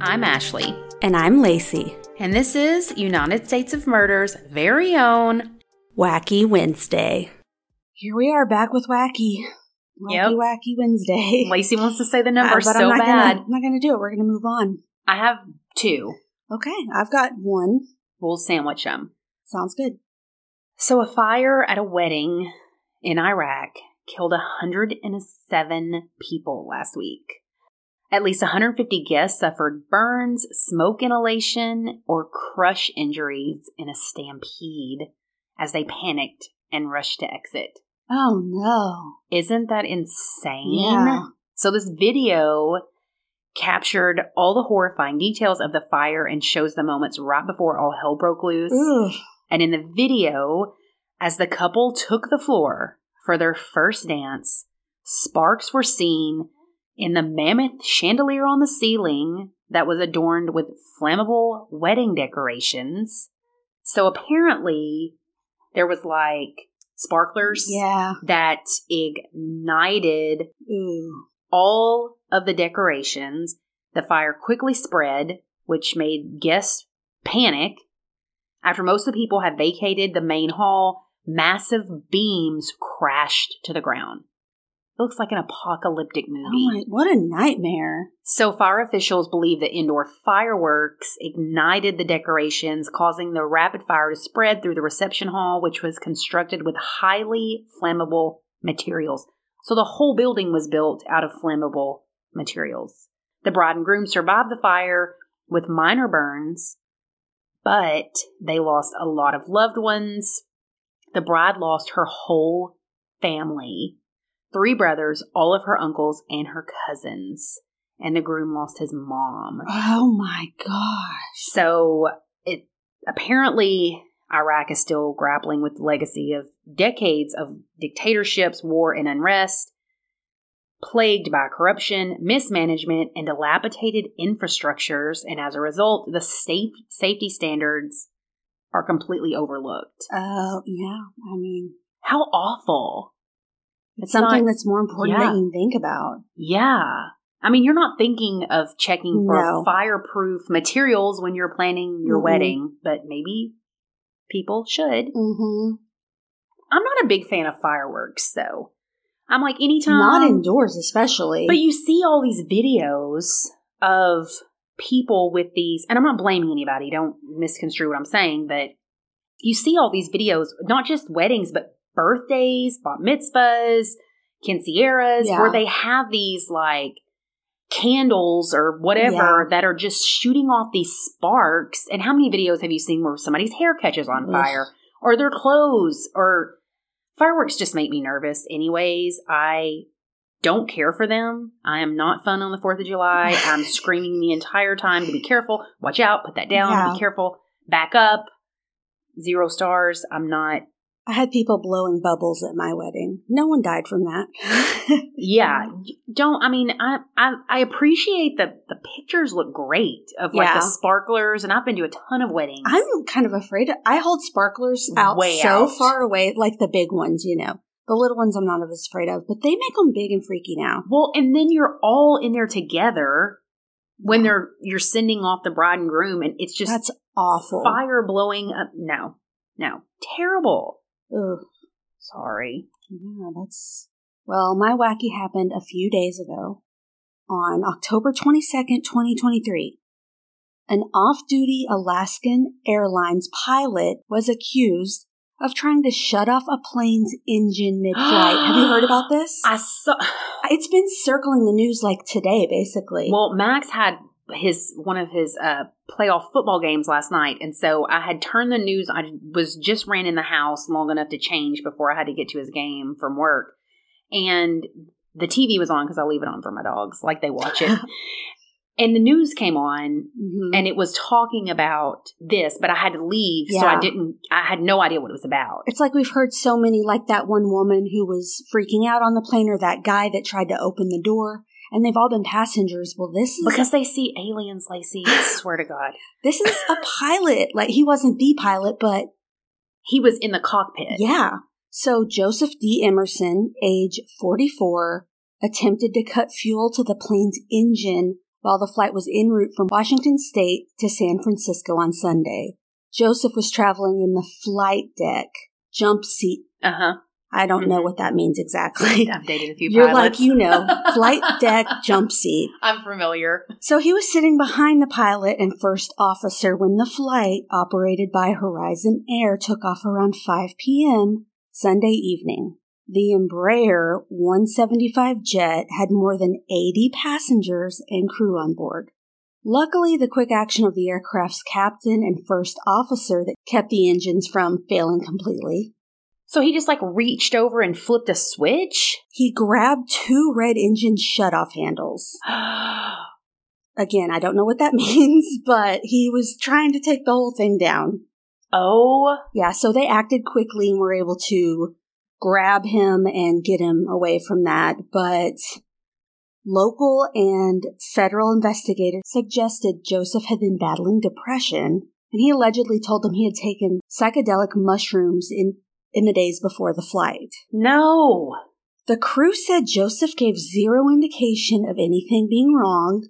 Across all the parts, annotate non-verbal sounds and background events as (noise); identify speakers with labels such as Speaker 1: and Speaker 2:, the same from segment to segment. Speaker 1: I'm Ashley,
Speaker 2: And I'm Lacey.
Speaker 1: and this is United States of Murder's very own.
Speaker 2: Wacky Wednesday. Here we are back with Wacky. Wacky
Speaker 1: Yep.
Speaker 2: Wacky
Speaker 1: (laughs)
Speaker 2: Wednesday.
Speaker 1: Lacey wants to say the
Speaker 2: Uh,
Speaker 1: number
Speaker 2: but
Speaker 1: so
Speaker 2: I'm not
Speaker 1: bad.
Speaker 2: Gonna, I'm not going to do it. We're going to move on.
Speaker 1: I have two.
Speaker 2: Okay, I've got one.
Speaker 1: We'll sandwich them.
Speaker 2: Sounds good.
Speaker 1: So, a fire at a wedding in Iraq killed 107 people last week. At least 150 guests suffered burns, smoke inhalation, or crush injuries in a stampede as they panicked and rushed to exit.
Speaker 2: Oh no.
Speaker 1: Isn't that insane?
Speaker 2: Yeah.
Speaker 1: So, this video captured all the horrifying details of the fire and shows the moments right before all hell broke loose.
Speaker 2: Ugh.
Speaker 1: And in the video, as the couple took the floor for their first dance, sparks were seen in the mammoth chandelier on the ceiling that was adorned with flammable wedding decorations. So apparently, there was like sparklers
Speaker 2: Yeah.
Speaker 1: that ignited
Speaker 2: Ooh.
Speaker 1: all of the decorations. The fire quickly spread, which made guests panic. After most of the people had vacated the main hall, massive beams crashed to the ground. It looks like an apocalyptic
Speaker 2: Oh
Speaker 1: movie.
Speaker 2: my, what a nightmare.
Speaker 1: So, fire officials believe that indoor fireworks ignited the decorations, causing the rapid fire to spread through the reception hall, which was constructed with highly flammable materials. So, the whole building was built out of flammable materials. The bride and groom survived the fire with minor burns, but they lost a lot of loved ones. The bride lost her whole family three brothers, all of her uncles, and her cousins and the groom lost his mom.
Speaker 2: Oh my gosh.
Speaker 1: So it apparently Iraq is still grappling with the legacy of decades of dictatorships, war, and unrest, plagued by corruption, mismanagement, and dilapidated infrastructures, and as a result, the safe safety standards are completely overlooked.
Speaker 2: Oh, yeah. I mean,
Speaker 1: How awful.
Speaker 2: it's, something
Speaker 1: not-
Speaker 2: that's more important
Speaker 1: yeah.
Speaker 2: that you think about.
Speaker 1: Yeah. I mean, you're not thinking of checking for
Speaker 2: No.
Speaker 1: fireproof materials when you're planning your
Speaker 2: Mhm.
Speaker 1: wedding, but maybe people should.
Speaker 2: Mm-hmm.
Speaker 1: I'm not a big fan of fireworks, though. I'm like, anytime.
Speaker 2: Not indoors, especially.
Speaker 1: But you see all these videos of people with these, and I'm not blaming anybody, don't misconstrue what I'm saying, but you see all these videos, not just weddings, but birthdays, bat mitzvahs, quinceañeras,
Speaker 2: Yeah.
Speaker 1: where they have these like candles or whatever that are just shooting off these sparks. And how many videos have you seen where somebody's hair catches on
Speaker 2: Ugh.
Speaker 1: fire or their clothes or fireworks just make me nervous anyways. I don't care for them. I am not fun on the 4th of
Speaker 2: (laughs)
Speaker 1: July. I'm screaming the entire time to be careful, watch out, put that down,
Speaker 2: Yeah.
Speaker 1: be careful, back up. Zero stars. I'm not.
Speaker 2: I had people blowing bubbles at my wedding. No one died
Speaker 1: (laughs)
Speaker 2: from that.
Speaker 1: Yeah, don't. I mean, I I, I appreciate that the pictures look great of like
Speaker 2: Yeah.
Speaker 1: the sparklers, and I've been to a ton of weddings.
Speaker 2: I'm kind of afraid. I hold sparklers out
Speaker 1: Way
Speaker 2: so
Speaker 1: out.
Speaker 2: far away, like the big ones, you know. The little ones I'm not as afraid of, but they make them big and freaky now.
Speaker 1: well, and then you're all in there together when they're you're sending off the bride and groom, and it's just
Speaker 2: That's awful.
Speaker 1: fire blowing up. No, no, terrible.
Speaker 2: Ugh.
Speaker 1: Sorry.
Speaker 2: Yeah, that's. Well, my wacky happened a few days ago on October 22nd, 2023. An off duty Alaskan Airlines pilot was accused of trying to shut off a plane's engine mid flight. Have
Speaker 1: (gasps)
Speaker 2: you heard about this?
Speaker 1: I saw.
Speaker 2: It's been circling the news like today, basically.
Speaker 1: Well, Max had his one of his uh playoff football games last night, and so I had turned the news. I was just ran in the house long enough to change before I had to get to his game from work, and the TV was on because I leave it on for my dogs, like they watch
Speaker 2: (laughs)
Speaker 1: it. and the news came on,
Speaker 2: Mhm.
Speaker 1: and it was talking about this, but I had to leave, so I
Speaker 2: Yeah.
Speaker 1: didn't. I had no idea what it was about.
Speaker 2: it's like we've heard so many, like that one woman who was freaking out on the plane, or that guy that tried to open the door, and they've all been passengers. Well, this is
Speaker 1: Because they see aliens, Lacey. I swear to God,
Speaker 2: this is a pilot. Like he wasn't the pilot, but
Speaker 1: he was in the cockpit.
Speaker 2: yeah. So Joseph D. Emerson, age 44, attempted to cut fuel to the plane's engine while the flight was en route from Washington State to San Francisco on Sunday. Joseph was traveling in the flight deck jump seat.
Speaker 1: Uh
Speaker 2: (laughs)
Speaker 1: huh.
Speaker 2: I don't know
Speaker 1: Mhm.
Speaker 2: what that means exactly.
Speaker 1: I've dated a few
Speaker 2: You're
Speaker 1: pilots.
Speaker 2: like, you know, flight deck jump seat.
Speaker 1: I'm familiar.
Speaker 2: So he was sitting behind the pilot and first officer when the flight, operated by Horizon Air, took off around 5 p.m. Sunday evening. The Embraer 175 jet had more than 80 passengers and crew on board. Luckily, the quick action of the aircraft's captain and first officer that kept the engines from failing completely.
Speaker 1: So he just like reached over and flipped a switch?
Speaker 2: He grabbed two red engine shut-off handles. Again, I don't know what that (laughs) means, but he was trying to take the whole thing down.
Speaker 1: (gasps) oh,
Speaker 2: Yeah, so they acted quickly and were able to grab him and get him away from that. But local and federal investigators suggested Joseph had been battling depression, and he allegedly told them he had taken psychedelic mushrooms in, in the days before the flight.
Speaker 1: no.
Speaker 2: The crew said Joseph gave zero indication of anything being wrong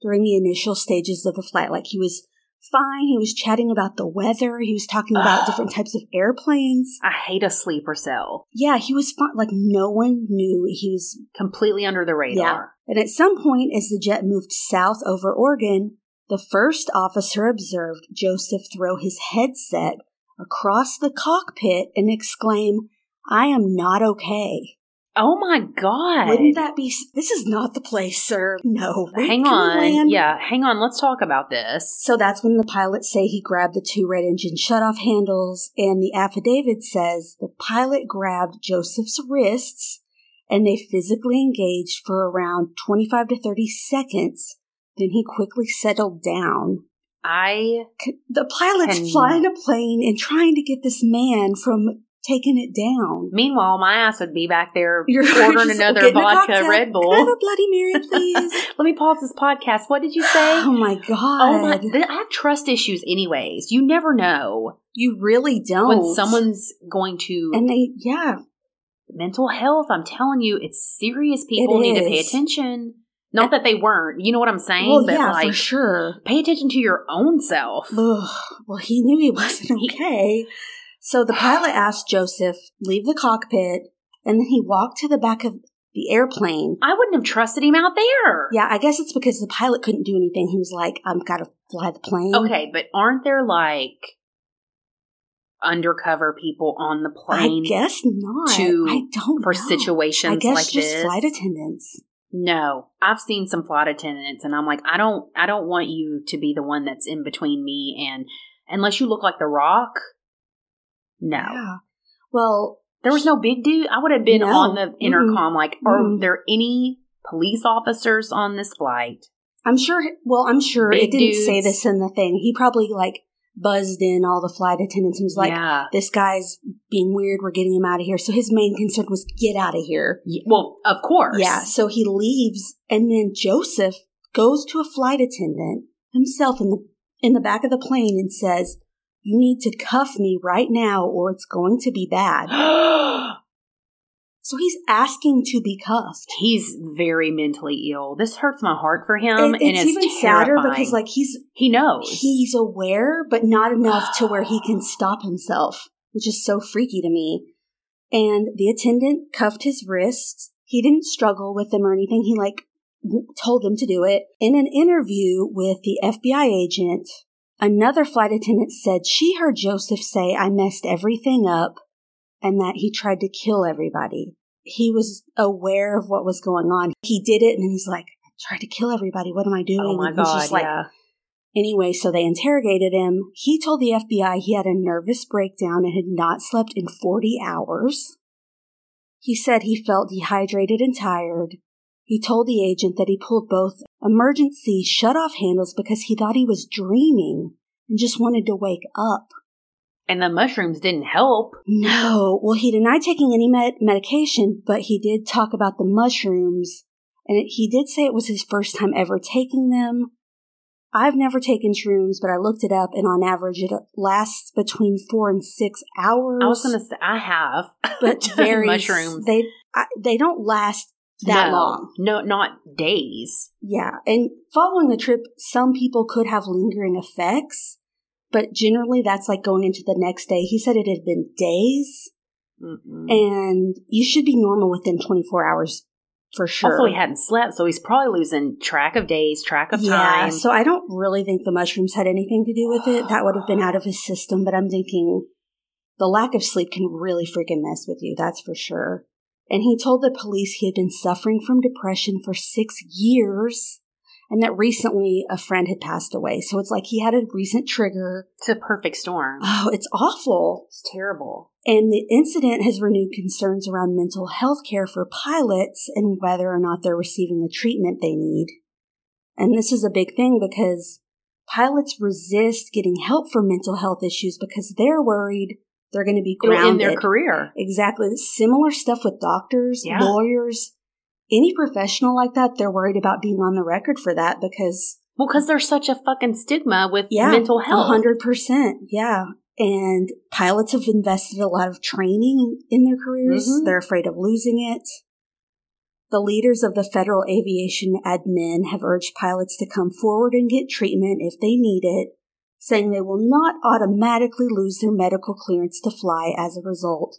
Speaker 2: during the initial stages of the flight. Like he was fine, he was chatting about the weather, he was talking about
Speaker 1: Ugh.
Speaker 2: different types of airplanes.
Speaker 1: I hate a sleeper cell.
Speaker 2: Yeah, he was fine. Like no one knew he was.
Speaker 1: Completely under the radar.
Speaker 2: And at some point, as the jet moved south over Oregon, the first officer observed Joseph throw his headset across the cockpit and exclaim, I am not okay.
Speaker 1: Oh my god.
Speaker 2: Wouldn't that be? This is not the place, sir. No. Wait,
Speaker 1: hang
Speaker 2: can we
Speaker 1: on.
Speaker 2: land?
Speaker 1: Yeah, hang on. Let's talk about this.
Speaker 2: So that's when the pilots say he grabbed the two red engine shutoff handles, and the affidavit says the pilot grabbed Joseph's wrists and they physically engaged for around 25 to 30 seconds. Then he quickly settled down.
Speaker 1: I
Speaker 2: C- The pilot's
Speaker 1: Can-
Speaker 2: flying a plane and trying to get this man from taking it down.
Speaker 1: meanwhile my ass would be back there
Speaker 2: You're (laughs)
Speaker 1: ordering
Speaker 2: just
Speaker 1: another
Speaker 2: getting a
Speaker 1: vodka
Speaker 2: cocktail.
Speaker 1: Red
Speaker 2: Can I have (laughs)
Speaker 1: Bull. (laughs)
Speaker 2: a Bloody Mary, please?
Speaker 1: Let me pause this podcast. What did you say?
Speaker 2: Oh my god.
Speaker 1: Oh my! th- I have trust issues, anyways. You never know
Speaker 2: You really don't.
Speaker 1: when someone's going to
Speaker 2: and they yeah,
Speaker 1: mental health. I'm telling you, it's serious. People need to pay
Speaker 2: is.
Speaker 1: attention. Not that they weren't. You know what I'm saying?
Speaker 2: well
Speaker 1: but
Speaker 2: yeah
Speaker 1: like,
Speaker 2: for sure.
Speaker 1: pay attention to your own self.
Speaker 2: Ugh. Well, he knew he (laughs) wasn't okay. So the
Speaker 1: (sighs)
Speaker 2: pilot asked Joseph leave the cockpit, and then he walked to the back of the airplane.
Speaker 1: I wouldn't have trusted him out there.
Speaker 2: Yeah, I guess it's because the pilot couldn't do anything. He was like, "I've got to fly the plane."
Speaker 1: Okay, but aren't there like undercover people on the plane
Speaker 2: I guess not.
Speaker 1: to-
Speaker 2: I don't
Speaker 1: for
Speaker 2: know.
Speaker 1: situations
Speaker 2: I guess
Speaker 1: like
Speaker 2: just
Speaker 1: this?
Speaker 2: flight attendants.
Speaker 1: No, I've seen some flight attendants, and I'm like, I don't, I don't want you to be the one that's in between me and unless you look like The Rock. No,
Speaker 2: Yeah. Well,
Speaker 1: there was no big dude. I would have been
Speaker 2: No.
Speaker 1: on the intercom like, are
Speaker 2: Mm.
Speaker 1: there any police officers on this flight?
Speaker 2: I'm sure. Well, I'm sure
Speaker 1: Big
Speaker 2: it didn't say
Speaker 1: dudes.
Speaker 2: this in the thing. He probably like buzzed in all the flight attendants and was like,
Speaker 1: yeah.
Speaker 2: "This guy's being weird. We're getting him out of here." So his main concern was get out of here.
Speaker 1: Y- Well, of course.
Speaker 2: Yeah. So he leaves, and then Joseph goes to a flight attendant himself in the in the back of the plane and says, "You need to cuff me right now, or it's going to be bad." So he's asking to be cuffed.
Speaker 1: (gasps) He's very mentally ill. This hurts my heart for him,
Speaker 2: And
Speaker 1: and
Speaker 2: it's even sadder
Speaker 1: terrifying.
Speaker 2: because like he's
Speaker 1: he knows.
Speaker 2: he's aware, but not enough to where he
Speaker 1: (gasps)
Speaker 2: can stop himself, which is so freaky to me. And the attendant cuffed his wrists. He didn't struggle with them or anything. He like w- told them to do it. In an interview with the FBI agent, another flight attendant said she heard Joseph say, I messed everything up and that he tried to kill everybody. He was aware of what was going on. He did it and then he's like, I tried to kill everybody. What am I doing?
Speaker 1: oh my
Speaker 2: And he's
Speaker 1: god!
Speaker 2: just like,
Speaker 1: yeah.
Speaker 2: Anyway, so they interrogated him. He told the FBI he had a nervous breakdown and had not slept in 40 hours. He said he felt dehydrated and tired. He told the agent that he pulled both emergency shut-off handles because he thought he was dreaming and just wanted to wake up.
Speaker 1: And the mushrooms didn't help.
Speaker 2: No. Well, he denied taking any med- medication, but he did talk about the mushrooms, and it, he did say it was his first time ever taking them. I've never taken shrooms, but I looked it up, and on average, it uh, lasts between four and six hours. (laughs)
Speaker 1: I was gonna say I have,
Speaker 2: but
Speaker 1: done
Speaker 2: varies.
Speaker 1: mushrooms.
Speaker 2: They I, they don't last that
Speaker 1: No,
Speaker 2: long.
Speaker 1: No, not days.
Speaker 2: Yeah. And following the trip, some people could have lingering effects, but generally that's like going into the next day. He said it had been days
Speaker 1: Mm-mm.
Speaker 2: and you should be normal within 24 hours for sure.
Speaker 1: Also, he hadn't slept, so he's probably losing track of days, track of
Speaker 2: Yeah,
Speaker 1: time.
Speaker 2: so I don't really think the mushrooms had anything to do with it. That would have been out of his system, but I'm thinking the lack of sleep can really freaking mess with you, that's for sure. And he told the police he had been suffering from depression for six years and that recently a friend had passed away. So it's like he had a recent trigger.
Speaker 1: it's a perfect storm.
Speaker 2: Oh, (sighs) it's awful.
Speaker 1: It's terrible.
Speaker 2: And the incident has renewed concerns around mental health care for pilots and whether or not they're receiving the treatment they need. And this is a big thing because pilots resist getting help for mental health issues because they're worried they're going to be
Speaker 1: It'll
Speaker 2: grounded.
Speaker 1: end their career.
Speaker 2: Exactly. Similar stuff with doctors,
Speaker 1: Yeah.
Speaker 2: lawyers, any professional like that, they're worried about being on the record for that because
Speaker 1: Well, because there's such a fucking stigma with
Speaker 2: yeah,
Speaker 1: mental health.
Speaker 2: 100%. Yeah. And pilots have invested a lot of training in their careers.
Speaker 1: Mhm.
Speaker 2: They're afraid of losing it. The leaders of the Federal Aviation Admin have urged pilots to come forward and get treatment if they need it, saying they will not automatically lose their medical clearance to fly as a result.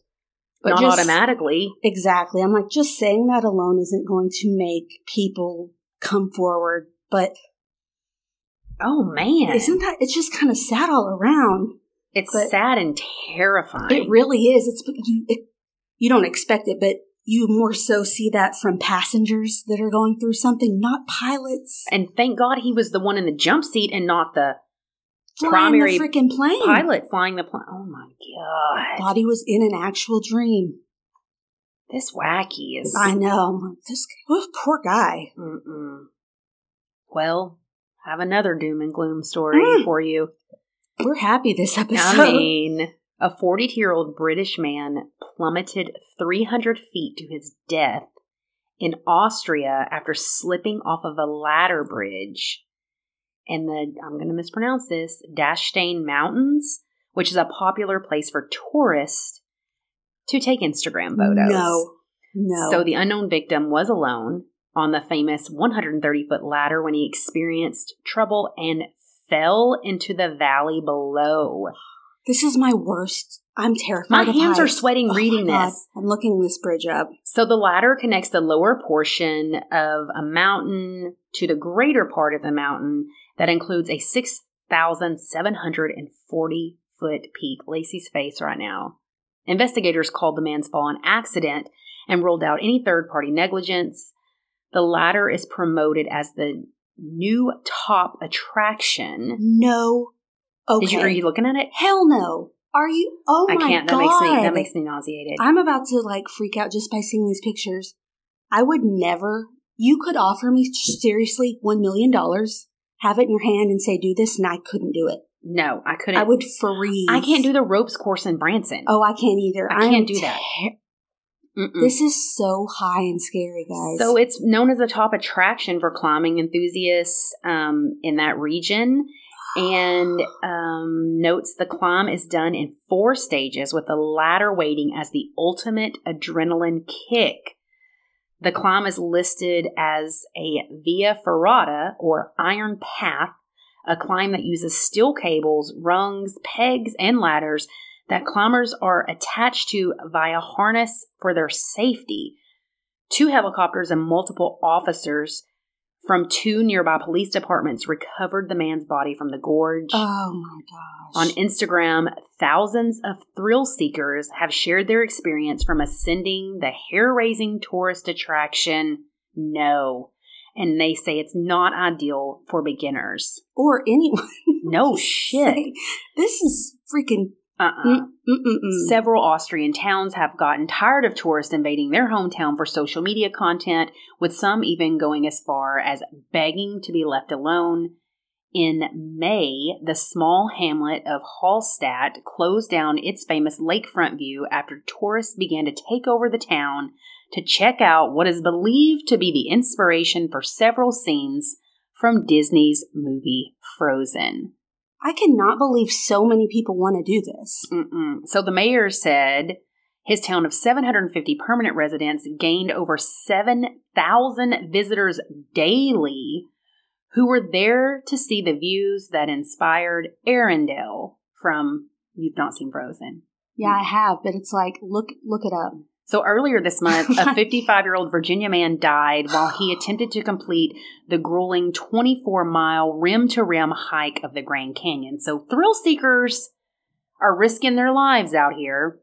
Speaker 2: But
Speaker 1: Not
Speaker 2: just-
Speaker 1: automatically.
Speaker 2: Exactly. I'm like, just saying that alone isn't going to make people come forward, but
Speaker 1: Oh man,
Speaker 2: isn't that, it's just kind of sad all around.
Speaker 1: it's
Speaker 2: but-
Speaker 1: sad and terrifying.
Speaker 2: It really is. It's you. It, you don't expect it, but you more so see that from passengers that are going through something, not pilots.
Speaker 1: and thank God he was the one in the jump seat and not the
Speaker 2: Flying
Speaker 1: primary
Speaker 2: the freaking plane.
Speaker 1: pilot flying the plane. Oh my god,
Speaker 2: Thought he was in an actual dream.
Speaker 1: this wacky is.
Speaker 2: I know. I'm like, this oh, poor guy.
Speaker 1: Mm-mm. Well, I have another doom and gloom story
Speaker 2: Mm.
Speaker 1: for you.
Speaker 2: We're happy this episode. (laughs)
Speaker 1: I mean, a 42 year old British man plummeted 300 feet to his death in Austria after slipping off of a ladder bridge in the, I'm going to mispronounce this, Dachstein Mountains, which is a popular place for tourists to take Instagram photos.
Speaker 2: No, no.
Speaker 1: So the unknown victim was alone on the famous 130 foot ladder when he experienced trouble and fell into the valley below.
Speaker 2: this is my worst. I'm
Speaker 1: My
Speaker 2: terrified. of
Speaker 1: hands are
Speaker 2: heights.
Speaker 1: sweating
Speaker 2: Oh
Speaker 1: reading
Speaker 2: my God.
Speaker 1: this.
Speaker 2: I'm looking this bridge up.
Speaker 1: So the ladder connects the lower portion of a mountain to the greater part of the mountain that includes a 6,740 foot peak. Lacey's face right now. Investigators called the man's fall an accident and ruled out any third party negligence. The ladder is promoted as the new top attraction.
Speaker 2: No. Okay.
Speaker 1: Did you, are you looking at it?
Speaker 2: Hell no. Are you? Oh
Speaker 1: I
Speaker 2: my
Speaker 1: can't. That
Speaker 2: god.
Speaker 1: makes me. That makes me nauseated.
Speaker 2: I'm about to like freak out just by seeing these pictures. I would never. You could offer me seriously one million dollars, have it in your hand, and say do this, and I couldn't do it.
Speaker 1: no, I couldn't.
Speaker 2: I would freeze.
Speaker 1: I can't do the ropes course in Branson.
Speaker 2: Oh, I can't either.
Speaker 1: I
Speaker 2: am
Speaker 1: can't do that.
Speaker 2: ter-
Speaker 1: Mm-mm.
Speaker 2: This is so high and scary, guys.
Speaker 1: So it's known as a top attraction for climbing enthusiasts um, in that region. And um, notes the climb is done in four stages, with the latter waiting as the ultimate adrenaline kick. The climb is listed as a via ferrata or iron path, a climb that uses steel cables, rungs, pegs, and ladders that climbers are attached to via harness for their safety. Two helicopters and multiple officers from two nearby police departments recovered the man's body from the gorge.
Speaker 2: oh my gosh.
Speaker 1: On Instagram, thousands of thrill seekers have shared their experience from ascending the hair raising tourist attraction. No. And they say it's not ideal for beginners.
Speaker 2: or anyone. (laughs)
Speaker 1: No shit.
Speaker 2: Say, this is freaking.
Speaker 1: Uh uh
Speaker 2: Mm-mm-mm.
Speaker 1: Several Austrian towns have gotten tired of tourists invading their hometown for social media content, with some even going as far as begging to be left alone. In May, the small hamlet of Hallstatt closed down its famous lakefront view after tourists began to take over the town to check out what is believed to be the inspiration for several scenes from Disney's movie Frozen.
Speaker 2: I cannot believe so many people want to do this.
Speaker 1: Mm-mm. So the mayor said His town of 750 permanent residents gained over 7,000 visitors daily who were there to see the views that inspired Arendelle from You've Not Seen Frozen.
Speaker 2: Yeah, I have, but it's like look look it up.
Speaker 1: So earlier this month,
Speaker 2: (laughs)
Speaker 1: a 55 year old Virginia man died while
Speaker 2: (gasps)
Speaker 1: he attempted to complete the grueling 24 mile rim to rim hike of the Grand Canyon. So thrill seekers are risking their lives out here.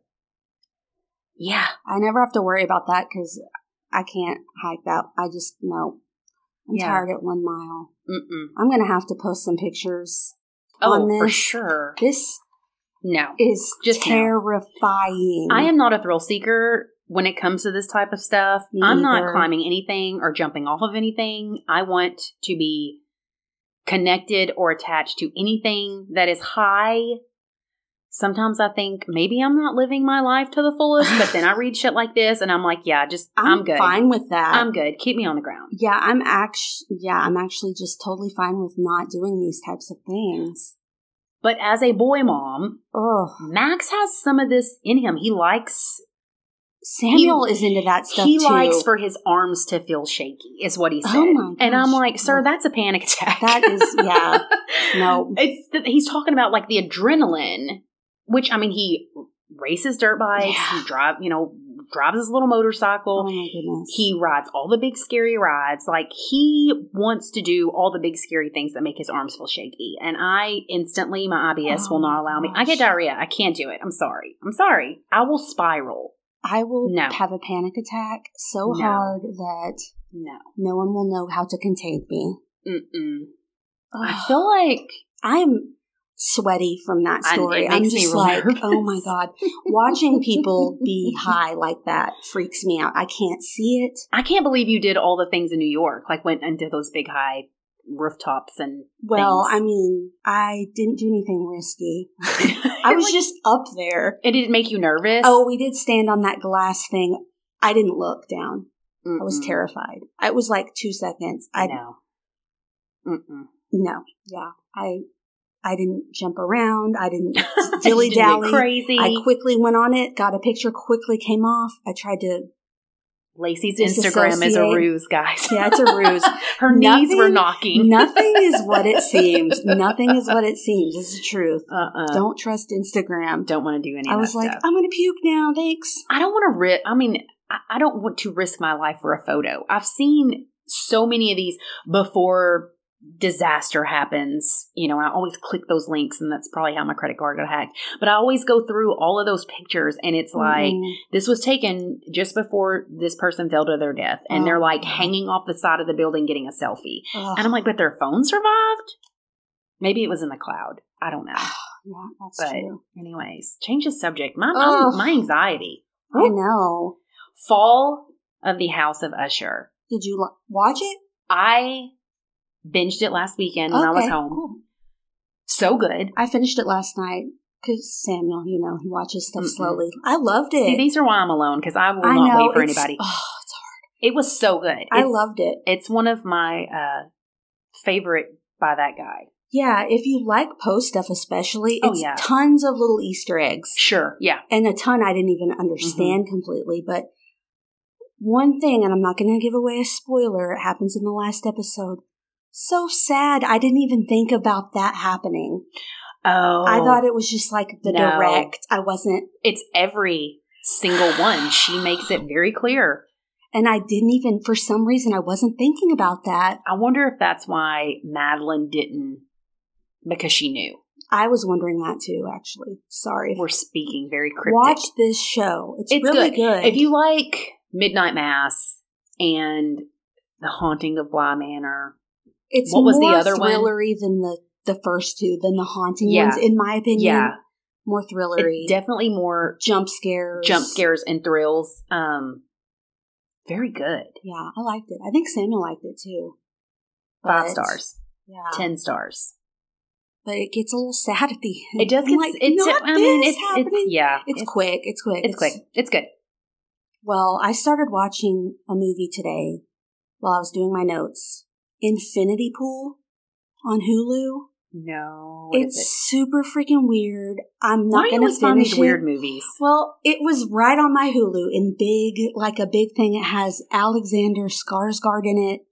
Speaker 1: Yeah.
Speaker 2: I never have to worry about that because I can't hike that. I just no. I'm
Speaker 1: Yeah.
Speaker 2: tired at one mile.
Speaker 1: Mm-mm.
Speaker 2: I'm gonna have to post some pictures.
Speaker 1: Oh,
Speaker 2: On
Speaker 1: for
Speaker 2: this-
Speaker 1: sure.
Speaker 2: This
Speaker 1: No.
Speaker 2: is just
Speaker 1: Just now.
Speaker 2: terrifying.
Speaker 1: I am not a thrill seeker when it comes to this type of stuff.
Speaker 2: Me
Speaker 1: I'm not
Speaker 2: either.
Speaker 1: climbing anything or jumping off of anything. I want to be connected or attached to anything that is high. Sometimes I think maybe I'm not living my life to the fullest, but
Speaker 2: (laughs)
Speaker 1: then I read shit like this and I'm like, yeah, just I'm,
Speaker 2: I'm
Speaker 1: good.
Speaker 2: fine with that.
Speaker 1: I'm good. Keep me on the ground.
Speaker 2: yeah, I'm actually yeah, I'm actually just totally fine with not doing these types of things.
Speaker 1: But as a boy mom,
Speaker 2: Ugh.
Speaker 1: Max has some of this in him. He likes
Speaker 2: Samuel is into that stuff
Speaker 1: he
Speaker 2: too.
Speaker 1: likes for his arms to feel shaky is what he
Speaker 2: Oh
Speaker 1: said
Speaker 2: my
Speaker 1: and i'm
Speaker 2: gosh.
Speaker 1: like sir
Speaker 2: Oh.
Speaker 1: that's a panic attack
Speaker 2: that is
Speaker 1: (laughs)
Speaker 2: yeah. No.
Speaker 1: it's th- he's talking about like the adrenaline which i mean he races dirt bikes
Speaker 2: Yeah.
Speaker 1: he drive you know drives his little
Speaker 2: Oh
Speaker 1: motorcycle
Speaker 2: my goodness.
Speaker 1: he rides all the big scary rides like he wants to do all the big scary things that make his arms feel shaky and i instantly my ibs
Speaker 2: Oh
Speaker 1: will not allow me i get
Speaker 2: gosh.
Speaker 1: diarrhea i can't do it i'm sorry i'm sorry i will spiral
Speaker 2: I will
Speaker 1: No.
Speaker 2: have a panic attack so
Speaker 1: No.
Speaker 2: hard that
Speaker 1: no
Speaker 2: no one will know how to contain me.
Speaker 1: Mm-mm.
Speaker 2: Ugh.
Speaker 1: I feel like
Speaker 2: I'm sweaty from that
Speaker 1: I- it
Speaker 2: story. I'm
Speaker 1: makes me
Speaker 2: just
Speaker 1: real
Speaker 2: like,
Speaker 1: nervous.
Speaker 2: oh my
Speaker 1: (laughs)
Speaker 2: god, watching people be high like that freaks me out. I can't see it.
Speaker 1: I can't believe you did all the things in New York, like went and did those big high rooftops
Speaker 2: (laughs)
Speaker 1: and
Speaker 2: Well,
Speaker 1: things.
Speaker 2: I mean, I didn't do anything risky. I was just up there.
Speaker 1: it didn't make you nervous.
Speaker 2: Oh, we did stand on that glass thing. I didn't look down. I was
Speaker 1: Mm-mm.
Speaker 2: terrified. It was like two seconds. I no.
Speaker 1: no. Mm-mm.
Speaker 2: Yeah. I I didn't jump around. I
Speaker 1: (laughs)
Speaker 2: didn't
Speaker 1: You
Speaker 2: dilly
Speaker 1: did it
Speaker 2: dally.
Speaker 1: crazy. (laughs)
Speaker 2: I quickly went on it, got a picture, quickly came off. I tried to
Speaker 1: Lacey's Instagram is a
Speaker 2: Disassociate.
Speaker 1: ruse, guys.
Speaker 2: Yeah, it's a
Speaker 1: (laughs)
Speaker 2: ruse.
Speaker 1: Her knees were (laughs)
Speaker 2: Nothing-
Speaker 1: knocking.
Speaker 2: Nothing is
Speaker 1: (laughs)
Speaker 2: what it seems. Nothing is what it seems. It's the truth.
Speaker 1: uh-uh. Don't
Speaker 2: Don't trust Instagram.
Speaker 1: don't want to do any.
Speaker 2: I
Speaker 1: of
Speaker 2: was
Speaker 1: that
Speaker 2: like,
Speaker 1: stuff.
Speaker 2: I'm going to puke now. Thanks.
Speaker 1: I don't want to risk. I mean, I, I don't want to risk my life for a photo. I've seen so many of these before disaster happens, you know, and I always click those links, and that's probably how my credit card got hacked. But I always go through all of those pictures, and it's like,
Speaker 2: Mm.
Speaker 1: this was taken just before this person fell to their death, and
Speaker 2: Oh,
Speaker 1: they're like
Speaker 2: God.
Speaker 1: hanging off the side of the building getting a selfie.
Speaker 2: Ugh.
Speaker 1: And I'm like, but their phone survived? Maybe it was in the cloud. I don't know. (sighs)
Speaker 2: yeah, that's
Speaker 1: but-
Speaker 2: true.
Speaker 1: Anyways, change the subject. My, my,
Speaker 2: Ugh.
Speaker 1: my anxiety.
Speaker 2: I know.
Speaker 1: Fall of the House of Usher.
Speaker 2: Did you lo- watch it?
Speaker 1: I binged it last weekend when I was
Speaker 2: Okay,
Speaker 1: home.
Speaker 2: cool.
Speaker 1: So good.
Speaker 2: I finished it last night because Samuel, you know, he watches stuff
Speaker 1: Mm-mm.
Speaker 2: slowly. I loved it.
Speaker 1: See, these are why I'm alone because I will
Speaker 2: I
Speaker 1: not
Speaker 2: know.
Speaker 1: wait for
Speaker 2: it's-
Speaker 1: anybody.
Speaker 2: oh, it's-
Speaker 1: It was so good.
Speaker 2: I
Speaker 1: It's-
Speaker 2: loved it.
Speaker 1: It's one of my uh, favorite by that guy.
Speaker 2: Yeah, if you like post stuff, especially,
Speaker 1: Oh,
Speaker 2: it's
Speaker 1: yeah.
Speaker 2: tons of little Easter eggs.
Speaker 1: Sure. Yeah.
Speaker 2: and a ton I didn't
Speaker 1: Mm-hmm.
Speaker 2: even understand completely. But one thing, and I'm not going to give away a spoiler, it happens in the last episode. So sad. I didn't even think about that happening.
Speaker 1: Oh,
Speaker 2: I thought it was just like the
Speaker 1: No.
Speaker 2: direct. I wasn't,
Speaker 1: it's every single one. She makes it very clear.
Speaker 2: and I didn't even, for some reason, I wasn't thinking about that.
Speaker 1: I wonder if that's why Madeline didn't because she knew.
Speaker 2: I was wondering that too, actually. Sorry.
Speaker 1: We're speaking very cryptic.
Speaker 2: Watch this show. It's, really good.
Speaker 1: If you like Midnight Mass and The Haunting of Bly Manor,
Speaker 2: it's
Speaker 1: what was the
Speaker 2: more
Speaker 1: other one?
Speaker 2: thrillery than the the first two, than the haunting
Speaker 1: Yeah.
Speaker 2: ones, in my opinion.
Speaker 1: yeah,
Speaker 2: More thrillery.
Speaker 1: it's definitely more
Speaker 2: jump scares.
Speaker 1: jump scares and thrills. Um, very good.
Speaker 2: Yeah, I liked it. I think Samuel liked it too.
Speaker 1: Five
Speaker 2: But, um,
Speaker 1: stars,
Speaker 2: Yeah,
Speaker 1: ten stars.
Speaker 2: but it gets a little sad at the end.
Speaker 1: It does
Speaker 2: I'm
Speaker 1: get.
Speaker 2: like,
Speaker 1: it's,
Speaker 2: not
Speaker 1: I mean,
Speaker 2: this
Speaker 1: it's,
Speaker 2: happening.
Speaker 1: it's yeah.
Speaker 2: It's quick. It's quick.
Speaker 1: It's quick. It's good.
Speaker 2: Well, I started watching a movie today while I was doing my notes. Infinity Pool on Hulu.
Speaker 1: No. what
Speaker 2: It's
Speaker 1: is
Speaker 2: super freaking weird. I'm
Speaker 1: it? Why
Speaker 2: not
Speaker 1: do you
Speaker 2: going
Speaker 1: always
Speaker 2: to
Speaker 1: find
Speaker 2: finish
Speaker 1: these
Speaker 2: it.
Speaker 1: weird movies?
Speaker 2: Well, it was right on my Hulu in big, like a big thing. It has Alexander Skarsgård in it.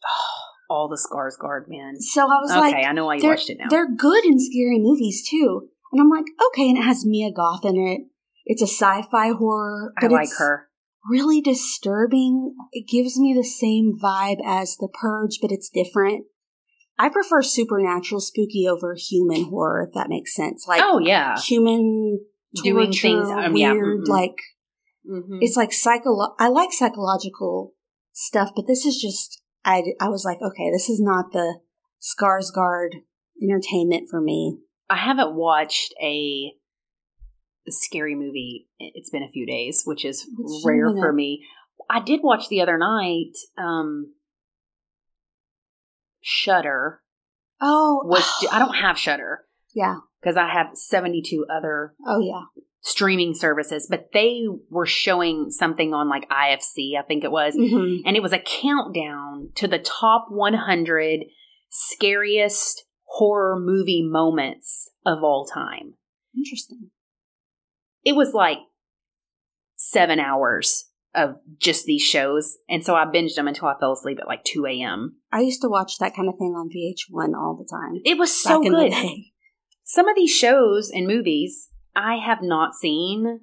Speaker 1: All the scars guard men.
Speaker 2: So I was
Speaker 1: Okay,
Speaker 2: like,
Speaker 1: I know why you
Speaker 2: they're-
Speaker 1: watched it now.
Speaker 2: they're good in scary movies too. And I'm like, okay, and it has Mia Goth in it. It's a sci-fi horror,
Speaker 1: I
Speaker 2: but
Speaker 1: like
Speaker 2: it's
Speaker 1: her.
Speaker 2: really disturbing. It gives me the same vibe as The Purge, but it's different. I prefer supernatural spooky over human horror, if that makes sense. Like
Speaker 1: oh yeah.
Speaker 2: human torture,
Speaker 1: Doing things- um,
Speaker 2: weird,
Speaker 1: yeah, mm-mm.
Speaker 2: like
Speaker 1: Mm-hmm.
Speaker 2: it's like psycholo- I like psychological stuff, but this is just I I was like, okay, this is not the Skarsgård entertainment for me.
Speaker 1: I haven't watched a scary movie. It's been a few days, which is
Speaker 2: Which
Speaker 1: rare
Speaker 2: genre?
Speaker 1: for me. I did watch the other night. Um, Shutter
Speaker 2: Oh, (sighs)
Speaker 1: was. I don't have Shutter
Speaker 2: yeah.
Speaker 1: because I have seventy-two other
Speaker 2: Oh yeah.
Speaker 1: streaming services, but they were showing something on like IFC, I think it was,
Speaker 2: hmm
Speaker 1: and it was a countdown to the top one hundred scariest horror movie moments of all time.
Speaker 2: Interesting.
Speaker 1: it was like seven hours of just these shows. And so I binged them until I fell asleep at like 2 a.m.
Speaker 2: I used to watch that kind of thing on VH1 all the time.
Speaker 1: It was so
Speaker 2: back in
Speaker 1: good.
Speaker 2: the day.
Speaker 1: Some of these shows and movies I have not seen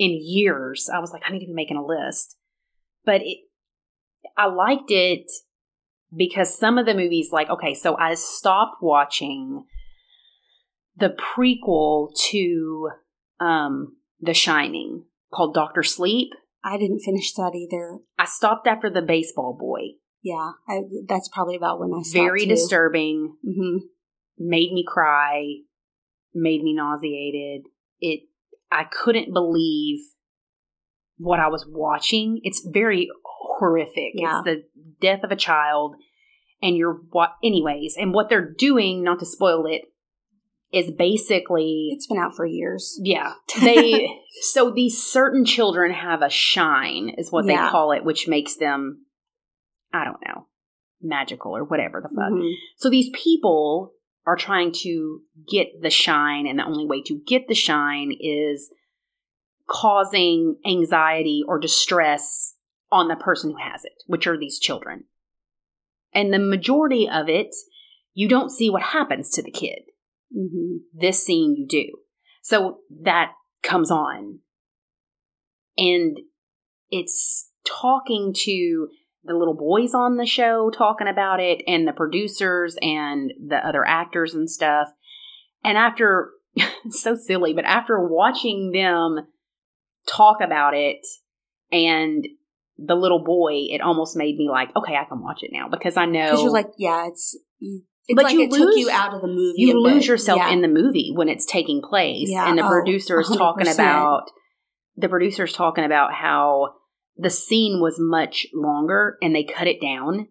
Speaker 1: in years. I was like, I need to be making a list. But it, I liked it because some of the movies, like, okay, so I stopped watching the prequel to um, The Shining called Doctor Sleep.
Speaker 2: I didn't finish that either.
Speaker 1: I stopped after the baseball boy.
Speaker 2: Yeah, I, that's probably about when I stopped.
Speaker 1: Very
Speaker 2: too.
Speaker 1: disturbing,
Speaker 2: hmm
Speaker 1: made me cry, made me nauseated. It I couldn't believe what I was watching. It's very horrific.
Speaker 2: Yeah.
Speaker 1: It's the death of a child and you're what anyways, and what they're doing, not to spoil it, is basically
Speaker 2: It's been out for years.
Speaker 1: Yeah. They so these certain children have a shine is what
Speaker 2: Yeah.
Speaker 1: they call it, which makes them I don't know, magical or whatever the fuck.
Speaker 2: Mhm.
Speaker 1: So these people are trying to get the shine and the only way to get the shine is causing anxiety or distress on the person who has it, which are these children. And the majority of it, you don't see what happens to the kid
Speaker 2: Mhm.
Speaker 1: this scene you do. So that comes on. And it's talking to the little boys on the show, talking about it, and the producers and the other actors and stuff. And after, (laughs) so silly, but after watching them talk about it and the little boy, it almost made me like, okay, I can watch it now because I know.
Speaker 2: Because you're like, yeah, it's. You, it's
Speaker 1: But
Speaker 2: like
Speaker 1: you
Speaker 2: it took you
Speaker 1: lose-
Speaker 2: out of the movie.
Speaker 1: you
Speaker 2: a
Speaker 1: lose
Speaker 2: bit.
Speaker 1: yourself
Speaker 2: Yeah.
Speaker 1: in the movie when it's taking place
Speaker 2: Yeah,
Speaker 1: and the
Speaker 2: oh,
Speaker 1: producer is talking
Speaker 2: 100%.
Speaker 1: about the producer's talking about how the scene was much longer and they cut it down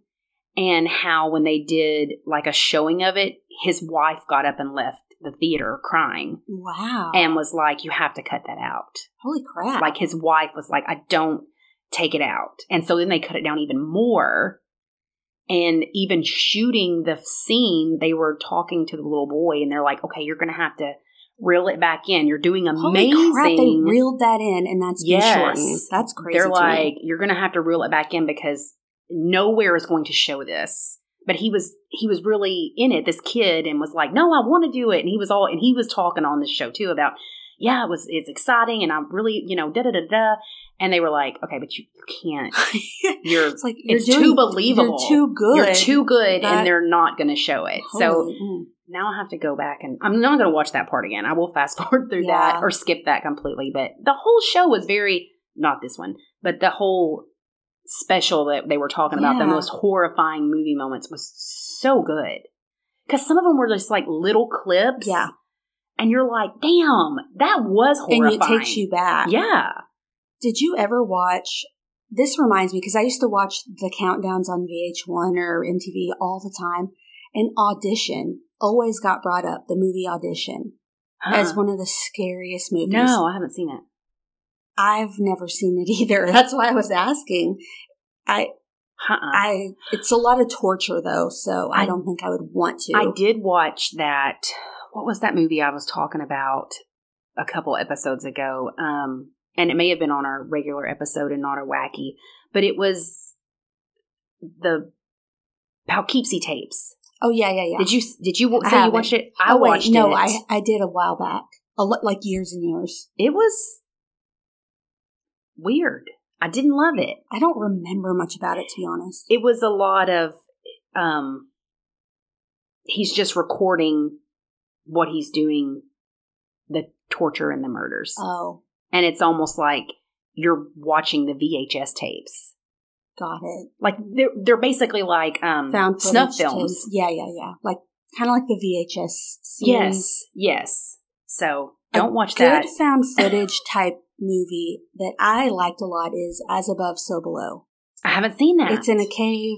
Speaker 1: and how when they did like a showing of it his wife got up and left the theater crying
Speaker 2: Wow.
Speaker 1: and was like you have to cut that out
Speaker 2: Holy crap.
Speaker 1: like his wife was like, I don't take it out. And so then they cut it down even more. And even shooting the scene, they were talking to the little boy and they're like, okay, you're going to have to reel it back in. You're doing
Speaker 2: Holy
Speaker 1: amazing.
Speaker 2: crap, they reeled that in and that's been
Speaker 1: Yes.
Speaker 2: shortened. That's crazy.
Speaker 1: they're
Speaker 2: to me.
Speaker 1: like, you're going to have to reel it back in because nowhere is going to show this. But he was he was really in it, this kid, and was like, "No, I want to do it." And he was all, and he was talking on this show too about, "Yeah, it was it's exciting, and I'm really, you know, da da da da." And they were like, "okay, but you, you can't.
Speaker 2: (laughs)
Speaker 1: You're
Speaker 2: it's like you're
Speaker 1: it's
Speaker 2: doing-
Speaker 1: too believable.
Speaker 2: You're too good.
Speaker 1: You're too good,
Speaker 2: That-
Speaker 1: and they're not going to show it. So
Speaker 2: Holy- mm.
Speaker 1: now I have to go back and I'm not going to watch that part again. I will fast (laughs) forward through
Speaker 2: Yeah.
Speaker 1: that or skip that completely. But the whole show was very not this one, but the whole special that they were talking about the
Speaker 2: Yeah.
Speaker 1: most horrifying movie moments was so good because some of them were just like little clips.
Speaker 2: Yeah.
Speaker 1: and you're like, damn, that was
Speaker 2: and
Speaker 1: horrifying.
Speaker 2: it takes you back.
Speaker 1: Yeah.
Speaker 2: Did you ever watch? This reminds me because I used to watch the countdowns on VH1 or MTV all the time. And Audition always got brought up, the movie Audition, as
Speaker 1: Huh.
Speaker 2: one of the scariest movies.
Speaker 1: Ah. no, I haven't seen it.
Speaker 2: (laughs) I've never seen it either. That's why I was asking. I
Speaker 1: Uh-uh.
Speaker 2: I it's a lot of torture though, so I,
Speaker 1: I-
Speaker 2: don't think I would want to.
Speaker 1: I did watch that. What was that movie I was talking about a couple episodes ago? Um, and it may have been on our regular episode and not a wacky, but it was the Poughkeepsie tapes.
Speaker 2: Oh yeah, yeah, yeah.
Speaker 1: Did you did you
Speaker 2: I
Speaker 1: say you
Speaker 2: haven't.
Speaker 1: watched it? I
Speaker 2: oh, wait,
Speaker 1: watched
Speaker 2: no,
Speaker 1: it.
Speaker 2: I I did a while back, a lot like years and years.
Speaker 1: it was weird. I didn't love it.
Speaker 2: I don't remember much about it to be honest.
Speaker 1: It was a lot of um he's just recording what he's doing the torture and the murders.
Speaker 2: oh,
Speaker 1: and it's almost like you're watching the VHS tapes.
Speaker 2: got it.
Speaker 1: Like they're they're basically like um
Speaker 2: Found
Speaker 1: snuff
Speaker 2: footage
Speaker 1: films.
Speaker 2: tapes. Yeah, yeah, yeah. Like kind of like the VHS. Series.
Speaker 1: Yes, yes. So don't
Speaker 2: A
Speaker 1: watch
Speaker 2: Good
Speaker 1: that. (laughs)
Speaker 2: found footage type movie that I liked a lot is As Above, So Below.
Speaker 1: I haven't seen that.
Speaker 2: It's in a cave.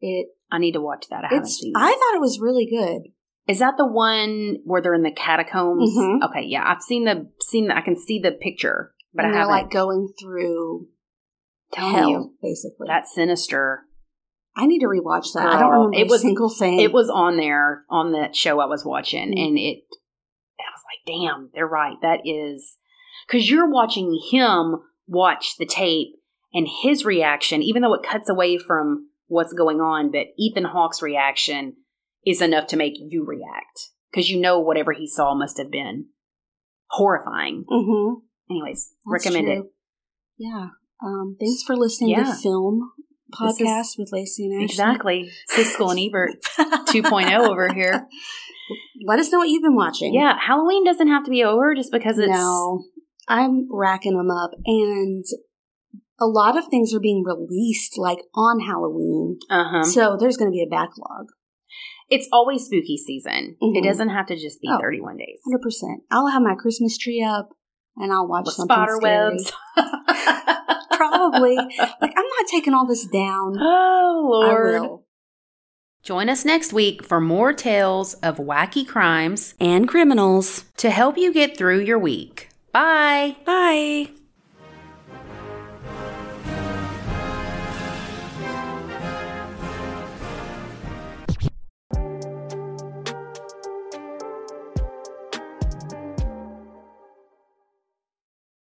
Speaker 2: It
Speaker 1: I need to watch that. I haven't
Speaker 2: it's
Speaker 1: seen.
Speaker 2: I
Speaker 1: That.
Speaker 2: thought it was really good.
Speaker 1: Is that the one where they're in the catacombs?
Speaker 2: Mhm.
Speaker 1: Okay, yeah, I've seen the seen. The, I can see the picture, but
Speaker 2: and
Speaker 1: I
Speaker 2: they're
Speaker 1: haven't.
Speaker 2: like going through
Speaker 1: Telling
Speaker 2: hell,
Speaker 1: you.
Speaker 2: basically.
Speaker 1: That's sinister.
Speaker 2: I need to rewatch that. I don't
Speaker 1: Girl,
Speaker 2: remember
Speaker 1: it was-
Speaker 2: a single thing.
Speaker 1: It was on there on that show I was watching,
Speaker 2: Mm.
Speaker 1: and it. I was like, "Damn, they're right. That is because you're watching him watch the tape and his reaction, even though it cuts away from what's going on. But Ethan Hawke's reaction is enough to make you react because you know whatever he saw must have been horrifying.
Speaker 2: Mm-hmm.
Speaker 1: Anyways, recommend it.
Speaker 2: Yeah. Um, thanks for listening
Speaker 1: Yeah.
Speaker 2: to Film
Speaker 1: This is-
Speaker 2: Podcast with Lacey and Ashley.
Speaker 1: Exactly, Siskel and Ebert
Speaker 2: (laughs)
Speaker 1: 2.0 over here.
Speaker 2: Let us know what you've been watching.
Speaker 1: Yeah, Halloween doesn't have to be over just because it's
Speaker 2: No, I'm racking them up, and a lot of things are being released like on Halloween,
Speaker 1: uh-huh.
Speaker 2: so there's going to be a backlog.
Speaker 1: It's always spooky season.
Speaker 2: Mhm.
Speaker 1: It doesn't have to just be
Speaker 2: Oh.
Speaker 1: 31 days.
Speaker 2: Hundred percent. I'll have my Christmas tree up, and I'll watch
Speaker 1: With
Speaker 2: something
Speaker 1: spotter
Speaker 2: scary. (laughs)
Speaker 1: webs.
Speaker 2: Probably. like I'm not taking all this (laughs) down.
Speaker 1: oh,
Speaker 2: I will.
Speaker 1: Join us next week for more tales of wacky crimes
Speaker 2: And criminals.
Speaker 1: to help you get through your week. Bye.
Speaker 2: Bye.